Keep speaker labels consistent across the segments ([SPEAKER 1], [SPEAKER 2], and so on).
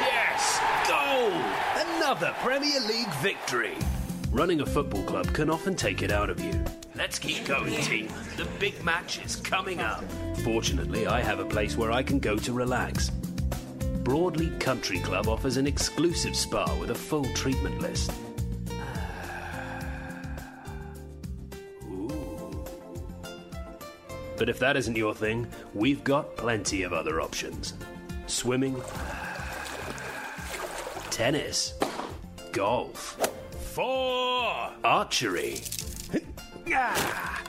[SPEAKER 1] Yes, goal! Another Premier League victory. Running a football club can often take it out of you. Let's keep going, team. The big match is coming up. Fortunately, I have a place where I can go to relax. Broadley Country Club offers an exclusive spa with a full treatment list. Ooh. But if that isn't your thing, we've got plenty of other options. Swimming, tennis, golf, four, archery, Ah.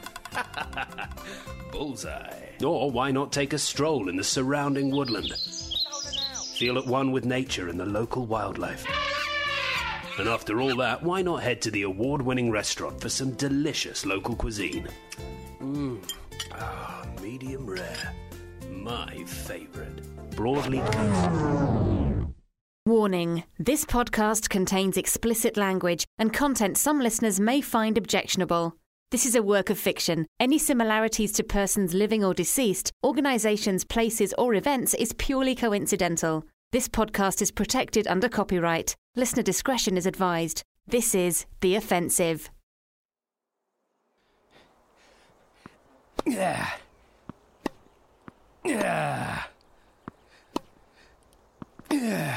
[SPEAKER 1] bullseye. Or why not take a stroll in the surrounding woodland? Feel at one with nature and the local wildlife. And after all that, why not head to the award winning restaurant for some delicious local cuisine? Mmm, ah, medium rare. My favourite. Broadly
[SPEAKER 2] Warning This podcast contains explicit language and content some listeners may find objectionable. This is a work of fiction. Any similarities to persons living or deceased, organisations, places, or events is purely coincidental. This podcast is protected under copyright. Listener discretion is advised. This is The Offensive.
[SPEAKER 1] Yeah. Yeah.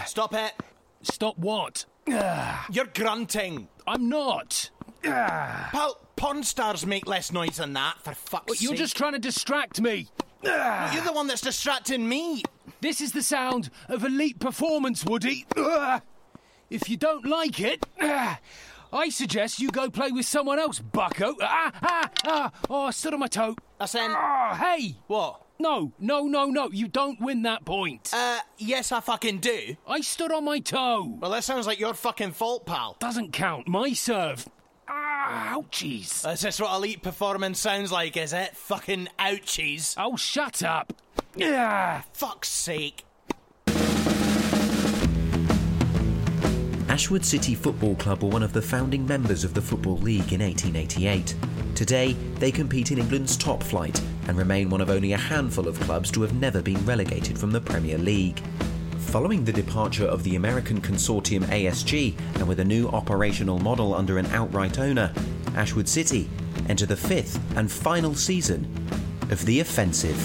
[SPEAKER 3] Stop it.
[SPEAKER 1] Stop what?
[SPEAKER 3] You're grunting.
[SPEAKER 1] I'm not.
[SPEAKER 3] Pal, porn stars make less noise than that, for fuck's
[SPEAKER 4] But you're
[SPEAKER 3] sake.
[SPEAKER 4] just trying to distract me.
[SPEAKER 3] You're the one that's distracting me.
[SPEAKER 4] This is the sound of elite performance, Woody. If you don't like it, I suggest you go play with someone else, bucko. Ah, ah, ah. Oh, I stood on my toe.
[SPEAKER 3] That's in.
[SPEAKER 4] Oh, hey.
[SPEAKER 3] What?
[SPEAKER 4] No, no, no, no. You don't win that point.
[SPEAKER 3] Uh, yes, I fucking do.
[SPEAKER 4] I stood on my toe.
[SPEAKER 3] Well, that sounds like your fucking fault, pal.
[SPEAKER 4] Doesn't count. My serve. Ah, ouchies.
[SPEAKER 3] Is this what elite performance sounds like, is it? Fucking ouchies.
[SPEAKER 4] Oh, shut up. Ah, Yeah.
[SPEAKER 3] Fuck's sake.
[SPEAKER 5] Ashwood City Football Club were one of the founding members of the Football League in 1888. Today, they compete in England's top flight and remain one of only a handful of clubs to have never been relegated from the Premier League. Following the departure of the American consortium ASG and with a new operational model under an outright owner, Ashwood City enter the fifth and final season of The Offensive.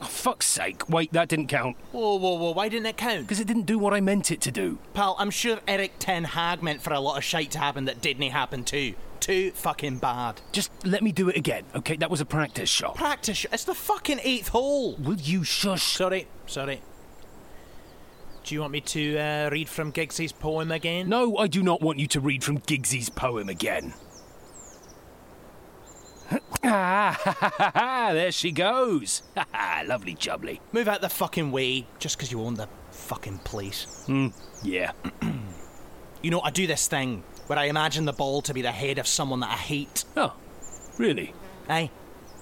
[SPEAKER 4] Oh, fuck's sake. Wait, that didn't count.
[SPEAKER 3] Whoa, whoa, whoa, why didn't it count?
[SPEAKER 4] Because it didn't do what I meant it to do.
[SPEAKER 3] Pal, I'm sure Eric Ten Hag meant for a lot of shite to happen that didn't happen too. Too fucking bad.
[SPEAKER 4] Just let me do it again, okay? That was a practice shot.
[SPEAKER 3] Practice, it's the fucking eighth hole.
[SPEAKER 4] Will you shush?
[SPEAKER 3] Sorry, sorry. Do you want me to uh, read from Giggsy's poem again?
[SPEAKER 4] No, I do not want you to read from Giggsy's poem again. Ah, there she goes. Lovely jubbly.
[SPEAKER 3] Move out the fucking way just because you own the fucking place.
[SPEAKER 4] Yeah.
[SPEAKER 3] You know, I do this thing where I imagine the ball to be the head of someone that I hate.
[SPEAKER 4] Oh, really?
[SPEAKER 3] Aye?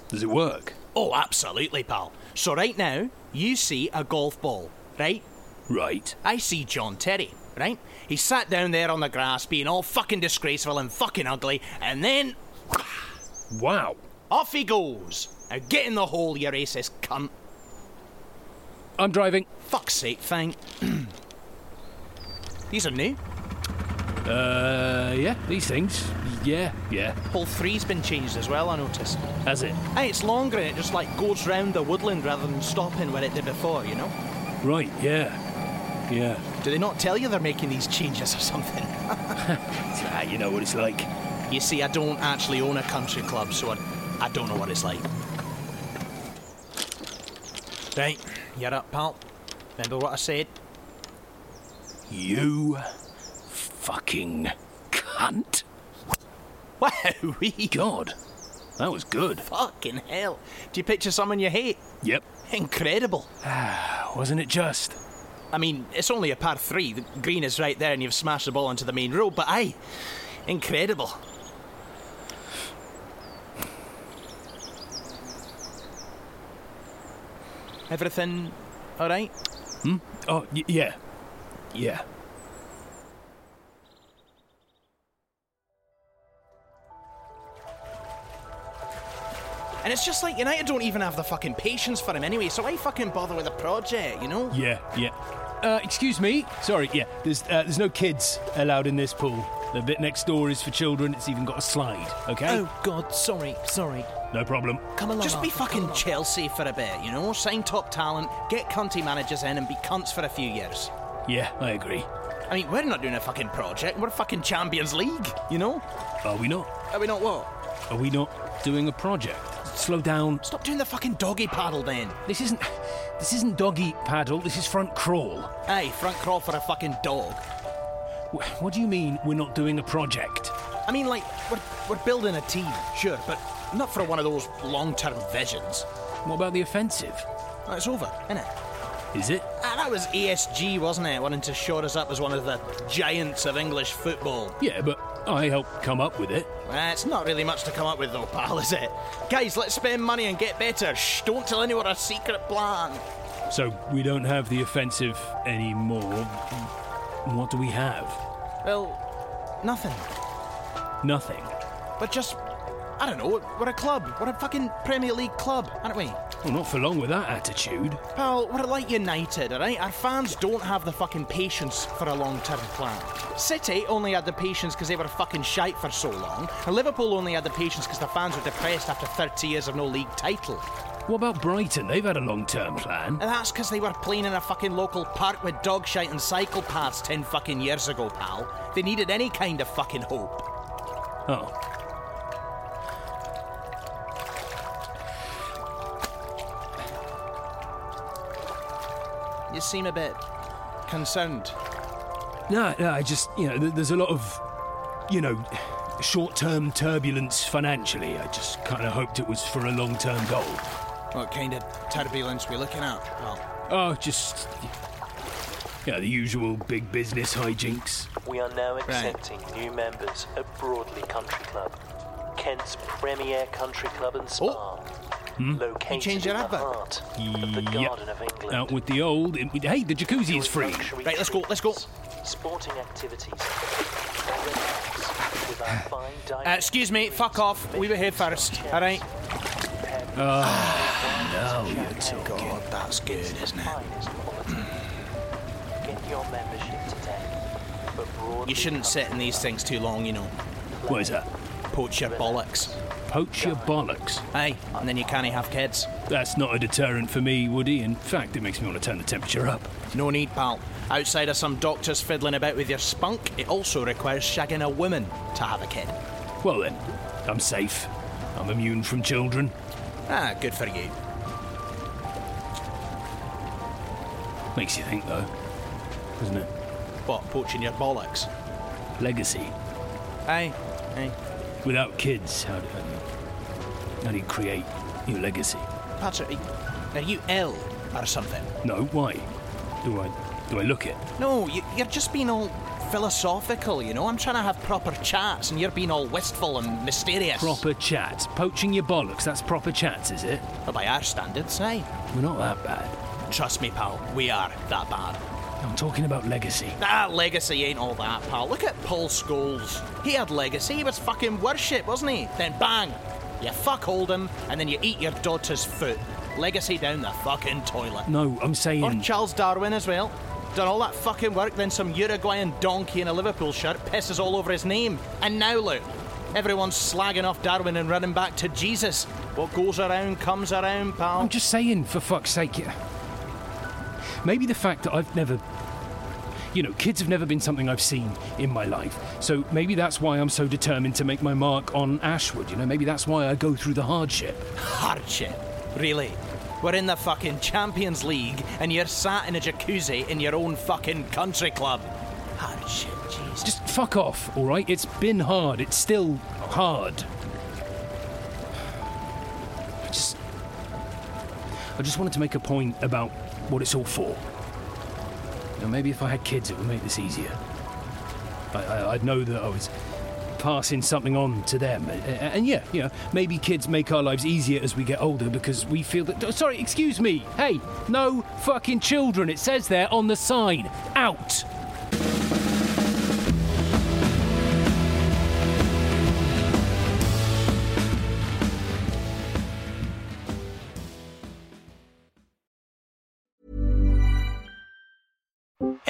[SPEAKER 4] Does it work?
[SPEAKER 3] Oh, absolutely, pal. So, right now, you see a golf ball, right?
[SPEAKER 4] Right.
[SPEAKER 3] I see John Terry, right? He sat down there on the grass being all fucking disgraceful and fucking ugly, and then
[SPEAKER 4] Wow.
[SPEAKER 3] off he goes. Now get in the hole, you racist cunt.
[SPEAKER 4] I'm driving.
[SPEAKER 3] Fuck's sake, thank. These are new.
[SPEAKER 4] Uh, yeah, these things.
[SPEAKER 1] Yeah, yeah.
[SPEAKER 3] Hole three's been changed as well, I noticed.
[SPEAKER 1] Has it?
[SPEAKER 3] Aye, it's longer and it just like goes round the woodland rather than stopping where it did before, you know?
[SPEAKER 1] Right, yeah. Yeah.
[SPEAKER 3] Do they not tell you they're making these changes or something?
[SPEAKER 1] Ah, you know what it's like.
[SPEAKER 3] You see, I don't actually own a country club, so I, I don't know what it's like. Right, you're up, pal. Remember what I said?
[SPEAKER 1] You fucking cunt.
[SPEAKER 3] Wow,
[SPEAKER 1] God, that was good.
[SPEAKER 3] fucking hell. Do you picture someone you hate?
[SPEAKER 1] Yep. Oh,
[SPEAKER 3] Incredible.
[SPEAKER 1] Wasn't it just?
[SPEAKER 3] I mean, it's only a par three. The green is right there and you've smashed the ball onto the main road, but aye, incredible. Everything alright?
[SPEAKER 1] Oh, y- yeah. Yeah.
[SPEAKER 3] And it's just like United don't even have the fucking patience for him anyway, so why fucking bother with a project, you know?
[SPEAKER 1] Yeah, yeah. Uh, excuse me. Sorry, yeah. There's uh, there's no kids allowed in this pool. The bit next door is for children. It's even got a slide. Okay.
[SPEAKER 6] God, sorry, sorry.
[SPEAKER 1] No problem.
[SPEAKER 6] Oh. Come along.
[SPEAKER 3] Just be
[SPEAKER 6] Arthur, come
[SPEAKER 3] fucking
[SPEAKER 6] along.
[SPEAKER 3] Chelsea for a bit, you know? Sign top talent, get cunty managers in, and be cunts for a few years.
[SPEAKER 1] Yeah, I agree.
[SPEAKER 3] I mean, we're not doing a fucking project, we're fucking Champions League, you know?
[SPEAKER 1] Are we not?
[SPEAKER 3] Are we not what?
[SPEAKER 1] Are we not doing a project? Slow down.
[SPEAKER 3] Stop doing the fucking doggy paddle then.
[SPEAKER 1] This isn't this isn't doggy paddle. This is front crawl.
[SPEAKER 3] Aye, front crawl for a fucking dog.
[SPEAKER 1] Wh- What do you mean we're not doing a project?
[SPEAKER 3] I mean, like, we're, we're building a team, sure, but not for one of those long term visions.
[SPEAKER 1] What about the offensive?
[SPEAKER 3] That's over, innit?
[SPEAKER 1] Is it?
[SPEAKER 3] Ah, that was ESG, wasn't it? Wanting to shore us up as one of the giants of English football.
[SPEAKER 1] Yeah, but I helped come up with it.
[SPEAKER 3] Ah, it's not really much to come up with, though, pal, is it? Guys, let's spend money and get better. Shh, don't tell anyone our secret plan.
[SPEAKER 1] So we don't have the offensive anymore. What do we have?
[SPEAKER 3] Well, nothing.
[SPEAKER 1] Nothing.
[SPEAKER 3] But just, I don't know, we're a club. We're a fucking Premier League club, aren't we?
[SPEAKER 1] Well, not for long with that attitude.
[SPEAKER 3] Pal, we're like United, alright? Our fans don't have the fucking patience for a long term plan. City only had the patience because they were fucking shite for so long, and Liverpool only had the patience because the fans were depressed after 30 years of no league title.
[SPEAKER 1] What about Brighton? They've had a long term plan.
[SPEAKER 3] And that's because they were playing in a fucking local park with dog shite and cycle paths 10 fucking years ago, pal. They needed any kind of fucking hope.
[SPEAKER 1] Oh.
[SPEAKER 3] You seem a bit concerned.
[SPEAKER 1] No, no, I just, you know, th- there's a lot of, you know, short term turbulence financially. I just kind of hoped it was for a long term goal.
[SPEAKER 3] What kind of turbulence we looking at, pal?
[SPEAKER 1] Oh, just. Yeah, the usual big business hijinks.
[SPEAKER 7] We are now accepting new members at Broadley Country Club, Kent's premier country club and spa.
[SPEAKER 3] Oh.
[SPEAKER 7] Located
[SPEAKER 3] Hmm? You changed your
[SPEAKER 7] in the
[SPEAKER 3] advert.
[SPEAKER 7] heart of the Garden of England.
[SPEAKER 1] Out with the old. it- hey, the jacuzzi is free.
[SPEAKER 7] Luxury
[SPEAKER 3] Right, let's go, let's go.
[SPEAKER 7] treatments, Sporting activities. Relax with our fine dining
[SPEAKER 3] Uh, excuse me, fuck off. We were here first, alright? Oh, God, that's good, isn't it?
[SPEAKER 7] Finest quality. Get your membership today. But Broadley
[SPEAKER 3] You shouldn't sit in these things too long, you know.
[SPEAKER 1] What is that?
[SPEAKER 3] Poach your bollocks.
[SPEAKER 1] Poach your bollocks.
[SPEAKER 3] Aye, and then you can't have kids.
[SPEAKER 1] That's not a deterrent for me, Woody. In fact, it makes me want to turn the temperature up.
[SPEAKER 3] No need, pal. Outside of some doctors fiddling about with your spunk, it also requires shagging a woman to have a kid.
[SPEAKER 1] Well then, I'm safe. I'm immune from children.
[SPEAKER 3] Ah, good for you.
[SPEAKER 1] Makes you think, though, doesn't it?
[SPEAKER 3] What, poaching your bollocks?
[SPEAKER 1] Legacy.
[SPEAKER 3] Aye, aye.
[SPEAKER 1] Without kids, how do, how do you create your legacy?
[SPEAKER 3] Patrick, are you ill or something?
[SPEAKER 1] No, why? Do I do I look it?
[SPEAKER 3] No, you, you're just being all philosophical, you know? I'm trying to have proper chats, and you're being all wistful and mysterious.
[SPEAKER 1] Proper chat. Poaching your bollocks, that's proper chats, is it?
[SPEAKER 3] Well, by our standards, aye.
[SPEAKER 1] We're not that bad.
[SPEAKER 3] Trust me, pal, we are that bad.
[SPEAKER 1] I'm talking about legacy.
[SPEAKER 3] That legacy ain't all that, pal. Look at Paul Scholes. He had legacy. He was fucking worship, wasn't he? Then bang, you fuck hold him, and then you eat your daughter's foot. Legacy down the fucking toilet.
[SPEAKER 1] No, I'm saying
[SPEAKER 3] Or Charles Darwin as well. Done all that fucking work, then some Uruguayan donkey in a Liverpool shirt pisses all over his name, and now look, Everyone's slagging off Darwin and running back to Jesus. What goes around comes around, pal.
[SPEAKER 1] I'm just saying, for fuck's sake. yeah. Maybe the fact that I've never. You know, kids have never been something I've seen in my life. So maybe that's why I'm so determined to make my mark on Ashwood. You know, maybe that's why I go through the hardship.
[SPEAKER 3] hardship, really. We're in the fucking Champions League and you're sat in a jacuzzi in your own fucking country club. Hardship, Jesus.
[SPEAKER 1] Just fuck off, all right? It's been hard. It's still hard. I just. I just wanted to make a point about what it's all for. Now, maybe if I had kids, it would make this easier. I, I, I'd know that I was passing something on to them. A- a- And yeah, you know, maybe kids make our lives easier as we get older because we feel that. Sorry, excuse me. Hey, no fucking children. It says there on the sign. Out.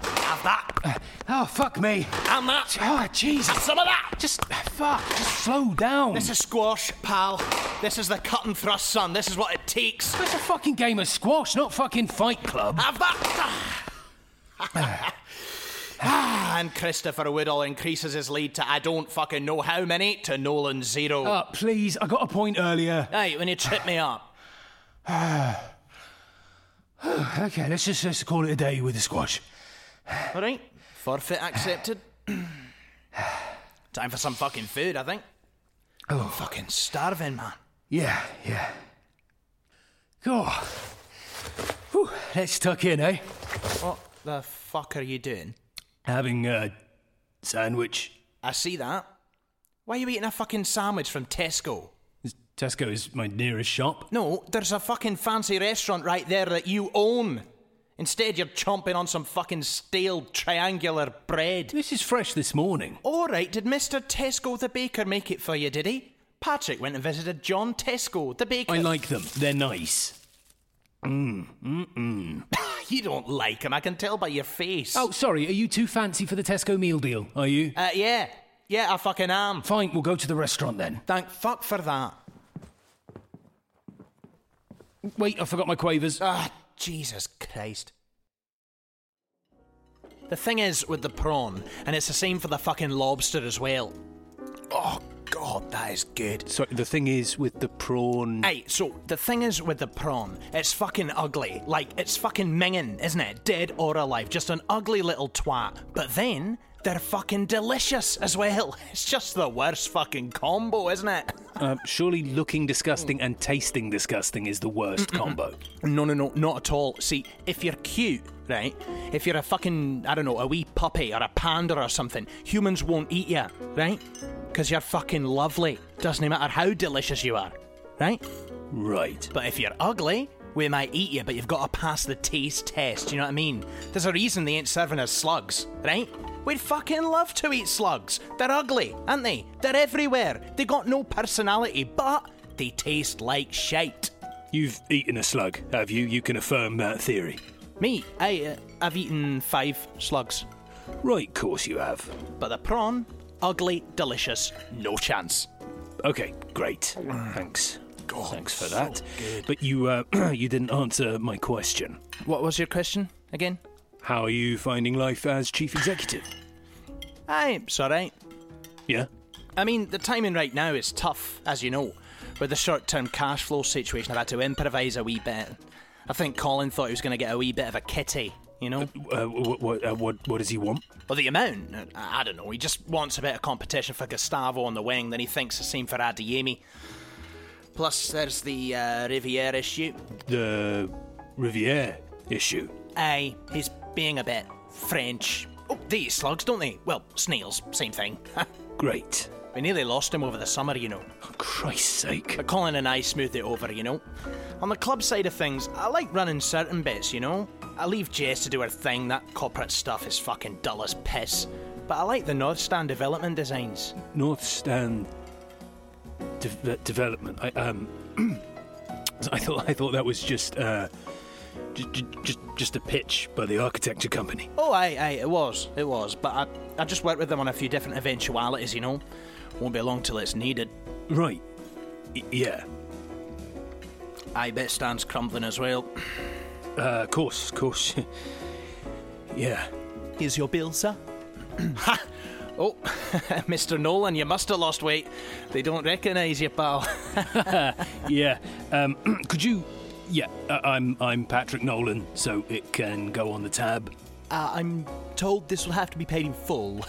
[SPEAKER 3] Have that.
[SPEAKER 1] Oh, fuck me.
[SPEAKER 3] And that.
[SPEAKER 1] Oh, Jesus.
[SPEAKER 3] Have some of that.
[SPEAKER 1] Just fuck. Just slow down.
[SPEAKER 3] This is squash, pal. This is the cut and thrust, son. This is what it takes.
[SPEAKER 1] It's a fucking game of squash, not fucking Fight Club.
[SPEAKER 3] Have that. Ah. and Christopher Woodall increases his lead to I don't fucking know how many to Nolan zero.
[SPEAKER 1] Uh, please, I got a point earlier.
[SPEAKER 3] Hey, when you trip me up.
[SPEAKER 1] Okay, let's just let's call it a day with the squash.
[SPEAKER 3] All right. Forfeit accepted. Time for some fucking food, I think. I'm fucking starving, man.
[SPEAKER 1] Yeah, yeah. Go. Whew, let's tuck in, eh?
[SPEAKER 3] What the fuck are you doing?
[SPEAKER 1] Having a sandwich.
[SPEAKER 3] I see that. Why are you eating a fucking sandwich from Tesco?
[SPEAKER 1] Tesco is my nearest shop.
[SPEAKER 3] No, there's a fucking fancy restaurant right there that you own. Instead, you're chomping on some fucking stale triangular bread.
[SPEAKER 1] This is fresh this morning.
[SPEAKER 3] All right, did Mr. Tesco the baker make it for you, did he? Patrick went and visited John Tesco the baker.
[SPEAKER 1] I like them. They're nice. Mm,
[SPEAKER 3] You don't like him, I can tell by your face.
[SPEAKER 1] Oh, sorry, are you too fancy for the Tesco meal deal? Are you?
[SPEAKER 3] Uh, yeah. Yeah, I fucking am.
[SPEAKER 1] Fine, we'll go to the restaurant then.
[SPEAKER 3] Thank fuck for that.
[SPEAKER 1] Wait, I forgot my quavers.
[SPEAKER 3] Ah, Jesus Christ. The thing is with the prawn, and it's the same for the fucking lobster as well. Oh, God, that is good.
[SPEAKER 1] Sorry, the thing is with the prawn.
[SPEAKER 3] Aye, so the thing is with the prawn, it's fucking ugly. Like, it's fucking minging, isn't it? Dead or alive. Just an ugly little twat. But then, they're fucking delicious as well. It's just the worst fucking combo, isn't it?
[SPEAKER 1] Um, surely looking disgusting and tasting disgusting is the worst combo.
[SPEAKER 3] No, no, no, not at all. See, if you're cute, right? If you're a fucking, I don't know, a wee puppy or a panda or something, humans won't eat you, right? Because you're fucking lovely. Doesn't matter how delicious you are, right?
[SPEAKER 1] Right.
[SPEAKER 3] But if you're ugly, we might eat you, but you've got to pass the taste test, you know what I mean? There's a reason they ain't serving us slugs, right? We'd fucking love to eat slugs. They're ugly, aren't they? They're everywhere. They got no personality, but they taste like shite.
[SPEAKER 1] You've eaten a slug, have you? You can affirm that theory.
[SPEAKER 3] Me, I, uh, I've eaten five slugs,
[SPEAKER 1] Right, course you have.
[SPEAKER 3] but the prawn, ugly, delicious, no chance.
[SPEAKER 1] Okay, great. Thanks. Thanks for that. But you uh, you didn't answer my question.
[SPEAKER 3] What was your question again?
[SPEAKER 1] How are you finding life as chief executive?
[SPEAKER 3] Aye, it's alright.
[SPEAKER 1] Yeah.
[SPEAKER 3] I mean, the timing right now is tough, as you know. With the short term cash flow situation, I've had to improvise a wee bit. I think Colin thought he was going to get a wee bit of a kitty, you know?
[SPEAKER 1] Uh, what, what, uh, what what does he want?
[SPEAKER 3] Well, the amount, uh, I I don't know. He just wants a bit of competition for Gustavo on the wing, then he thinks the same for Adeyemi. Plus, there's the uh, Riviere issue.
[SPEAKER 1] The Riviere issue.
[SPEAKER 3] Aye, he's being a bit French, Oh, they eat slugs, don't they? Well, snails, same thing.
[SPEAKER 1] Great.
[SPEAKER 3] We nearly lost him over the summer, you know.
[SPEAKER 1] Christ's sake.
[SPEAKER 3] But Colin and I smoothed it over, you know. On the club side of things, I like running certain bits, you know. I leave Jess to do her thing, that corporate stuff is fucking dull as piss. But I like the North Stand development designs.
[SPEAKER 1] North Stand de- uh, development. I um, I thought I thought that was just uh, j- j- just just a pitch by the architecture company.
[SPEAKER 3] Oh, aye, aye, it was, it was. But I, I just worked with them on a few different eventualities, you know. Won't be long till it's needed.
[SPEAKER 1] Right. Y- yeah.
[SPEAKER 3] Aye, bit stands crumbling as well.
[SPEAKER 1] Uh, course, course. yeah.
[SPEAKER 6] Here's your bill, sir.
[SPEAKER 3] ha! Oh, Mr. Nolan, you must have lost weight. They don't recognise you, pal.
[SPEAKER 1] yeah. Um, could you? Yeah. Uh, I'm I'm Patrick Nolan, so it can go on the tab.
[SPEAKER 6] Uh, I'm told this will have to be paid in full.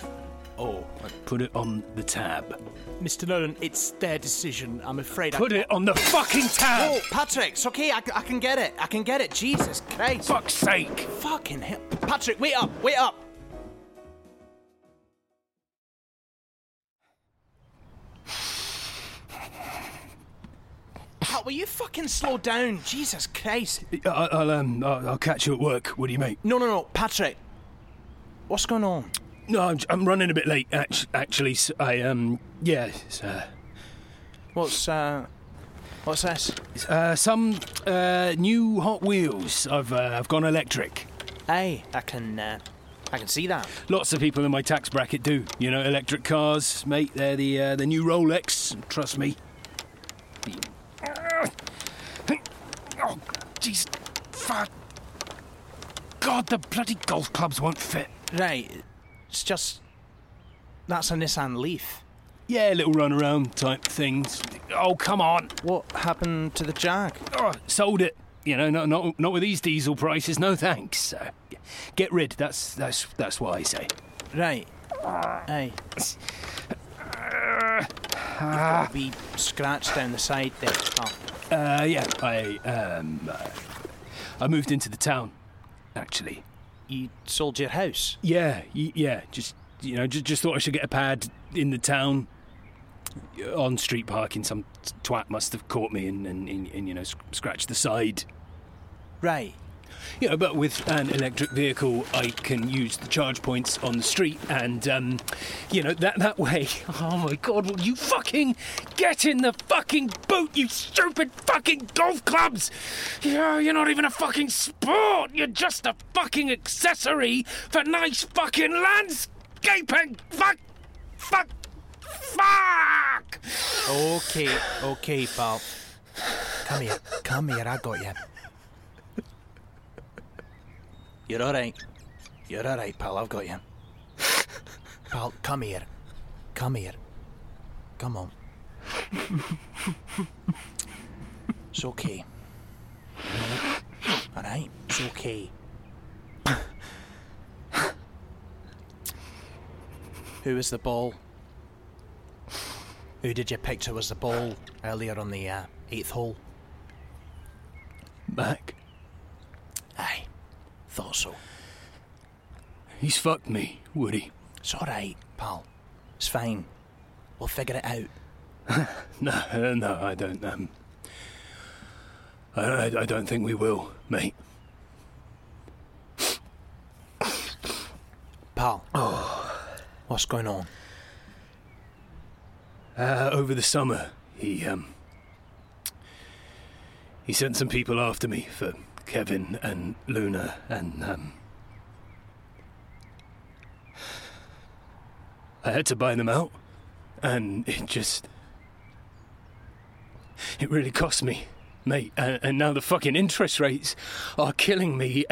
[SPEAKER 1] Oh. Put it on the tab.
[SPEAKER 6] Mr. Nolan, it's their decision. I'm afraid
[SPEAKER 1] Put
[SPEAKER 6] I...
[SPEAKER 1] it on the fucking tab.
[SPEAKER 3] Oh, Patrick, it's okay. I, c- I can get it. I can get it. Jesus Christ.
[SPEAKER 1] Fuck's sake.
[SPEAKER 3] Fucking hell. Patrick, wait up. Wait up. Pat, will you fucking slow down? Jesus Christ.
[SPEAKER 1] I, I'll um I'll, I'll catch you at work. What do you make?
[SPEAKER 3] No, no, no. Patrick. What's going on?
[SPEAKER 1] No, I'm, I'm running a bit late. Act- Actually, s I um yeah. it's, uh,
[SPEAKER 3] What's, uh... What's this?
[SPEAKER 1] Uh, some uh, new Hot Wheels. I've uh, I've gone electric.
[SPEAKER 3] Hey, I can, uh... I can see that.
[SPEAKER 1] Lots of people in my tax bracket do. You know, electric cars, mate. They're the uh, the new Rolex. Trust me. Oh, jeez, fuck. God, the bloody golf clubs won't fit.
[SPEAKER 3] Right. It's just... That's a Nissan Leaf.
[SPEAKER 1] Yeah, little run around type things. Oh, come on.
[SPEAKER 3] What happened to the Jag?
[SPEAKER 1] Oh, sold it. You know, not not not with these diesel prices. No thanks. Uh, get rid. That's that's that's what I say.
[SPEAKER 3] Right. Hey. You've got to be scratched down the side there, pal.
[SPEAKER 1] Uh, yeah, I um, uh, I moved into the town, actually.
[SPEAKER 3] You sold your house.
[SPEAKER 1] Yeah, y- yeah. Just you know, just, just thought I should get a pad in the town. On street parking, some twat must have caught me and, and, and, and you know sc- scratched the side.
[SPEAKER 3] Right.
[SPEAKER 1] You know, but with an electric vehicle, I can use the charge points on the street, and um, you know that that way. Oh my God! Will you fucking get in the fucking boot, you stupid fucking golf clubs? Yeah, you're not even a fucking sport. You're just a fucking accessory for nice fucking landscaping. Fuck, fuck, fuck.
[SPEAKER 3] Okay, okay, pal. Come here, come here, I got you. You're alright. You're alright, pal, I've got you. Pal, come here. Come here. Come on. It's okay. Alright, it's okay. Who was the ball? Who did you picture was the ball earlier on the uh, eighth hole?
[SPEAKER 1] Mac,
[SPEAKER 3] Aye, thought so.
[SPEAKER 1] he's fucked me, Woody.
[SPEAKER 3] It's alright, pal. It's fine. We'll figure it out.
[SPEAKER 1] No, uh, no, I don't. Um, I, I, I don't think we will, mate.
[SPEAKER 3] Pal. What's going on?
[SPEAKER 1] Uh, over the summer, he um, he sent some people after me for Kevin and Luna and um. I had to buy them out, and it just. It really cost me, mate. And, and now the fucking interest rates are killing me.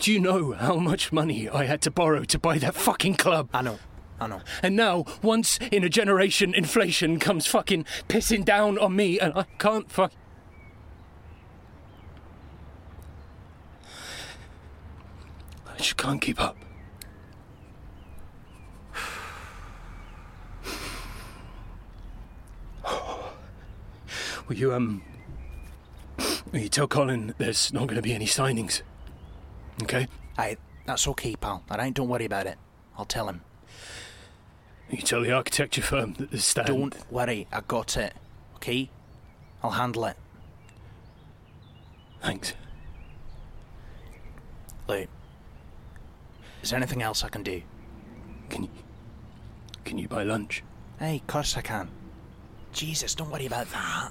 [SPEAKER 1] Do you know how much money I had to borrow to buy that fucking club?
[SPEAKER 3] I know. I know.
[SPEAKER 1] And now, once in a generation, inflation comes fucking pissing down on me, and I can't fuck. I just can't keep up. Will you, um. Will you tell Colin there's not going to be any signings? Okay?
[SPEAKER 3] I That's okay, pal. All right, don't worry about it. I'll tell him.
[SPEAKER 1] You tell the architecture firm that there's stand.
[SPEAKER 3] Don't worry, I got it. Okay? I'll handle it.
[SPEAKER 1] Thanks.
[SPEAKER 3] Look, is there anything else I can do?
[SPEAKER 1] Can you can you buy lunch?
[SPEAKER 3] Hey, course I can. Jesus, don't worry about that.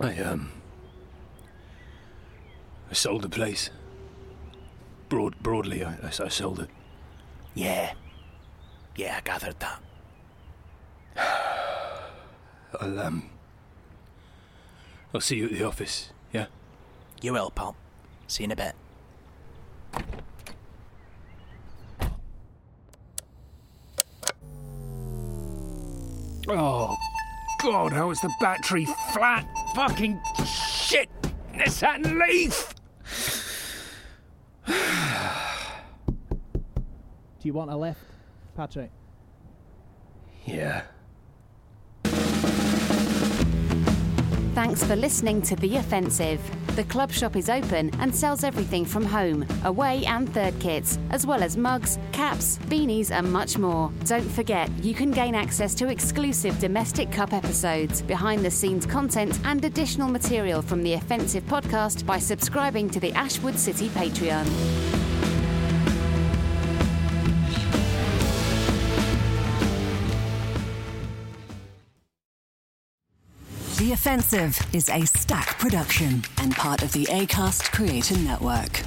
[SPEAKER 1] I um I sold the place. Broad broadly, I, I s- I sold it.
[SPEAKER 3] Yeah. Yeah, I gathered that.
[SPEAKER 1] I'll um I'll see you at the office. Yeah.
[SPEAKER 3] You will, pal. See you in a bit.
[SPEAKER 1] Oh God! How is the battery flat? Fucking shit! This hat and leaf.
[SPEAKER 3] Do you want a lift, Patrick?
[SPEAKER 1] Yeah.
[SPEAKER 2] Thanks for listening to The Offensive. The club shop is open and sells everything from home, away, and third kits, as well as mugs, caps, beanies, and much more. Don't forget, you can gain access to exclusive domestic cup episodes, behind the scenes content, and additional material from The Offensive podcast by subscribing to the Ashwood City Patreon.
[SPEAKER 8] The Offensive is a stack production and part of the ACAST Creator Network.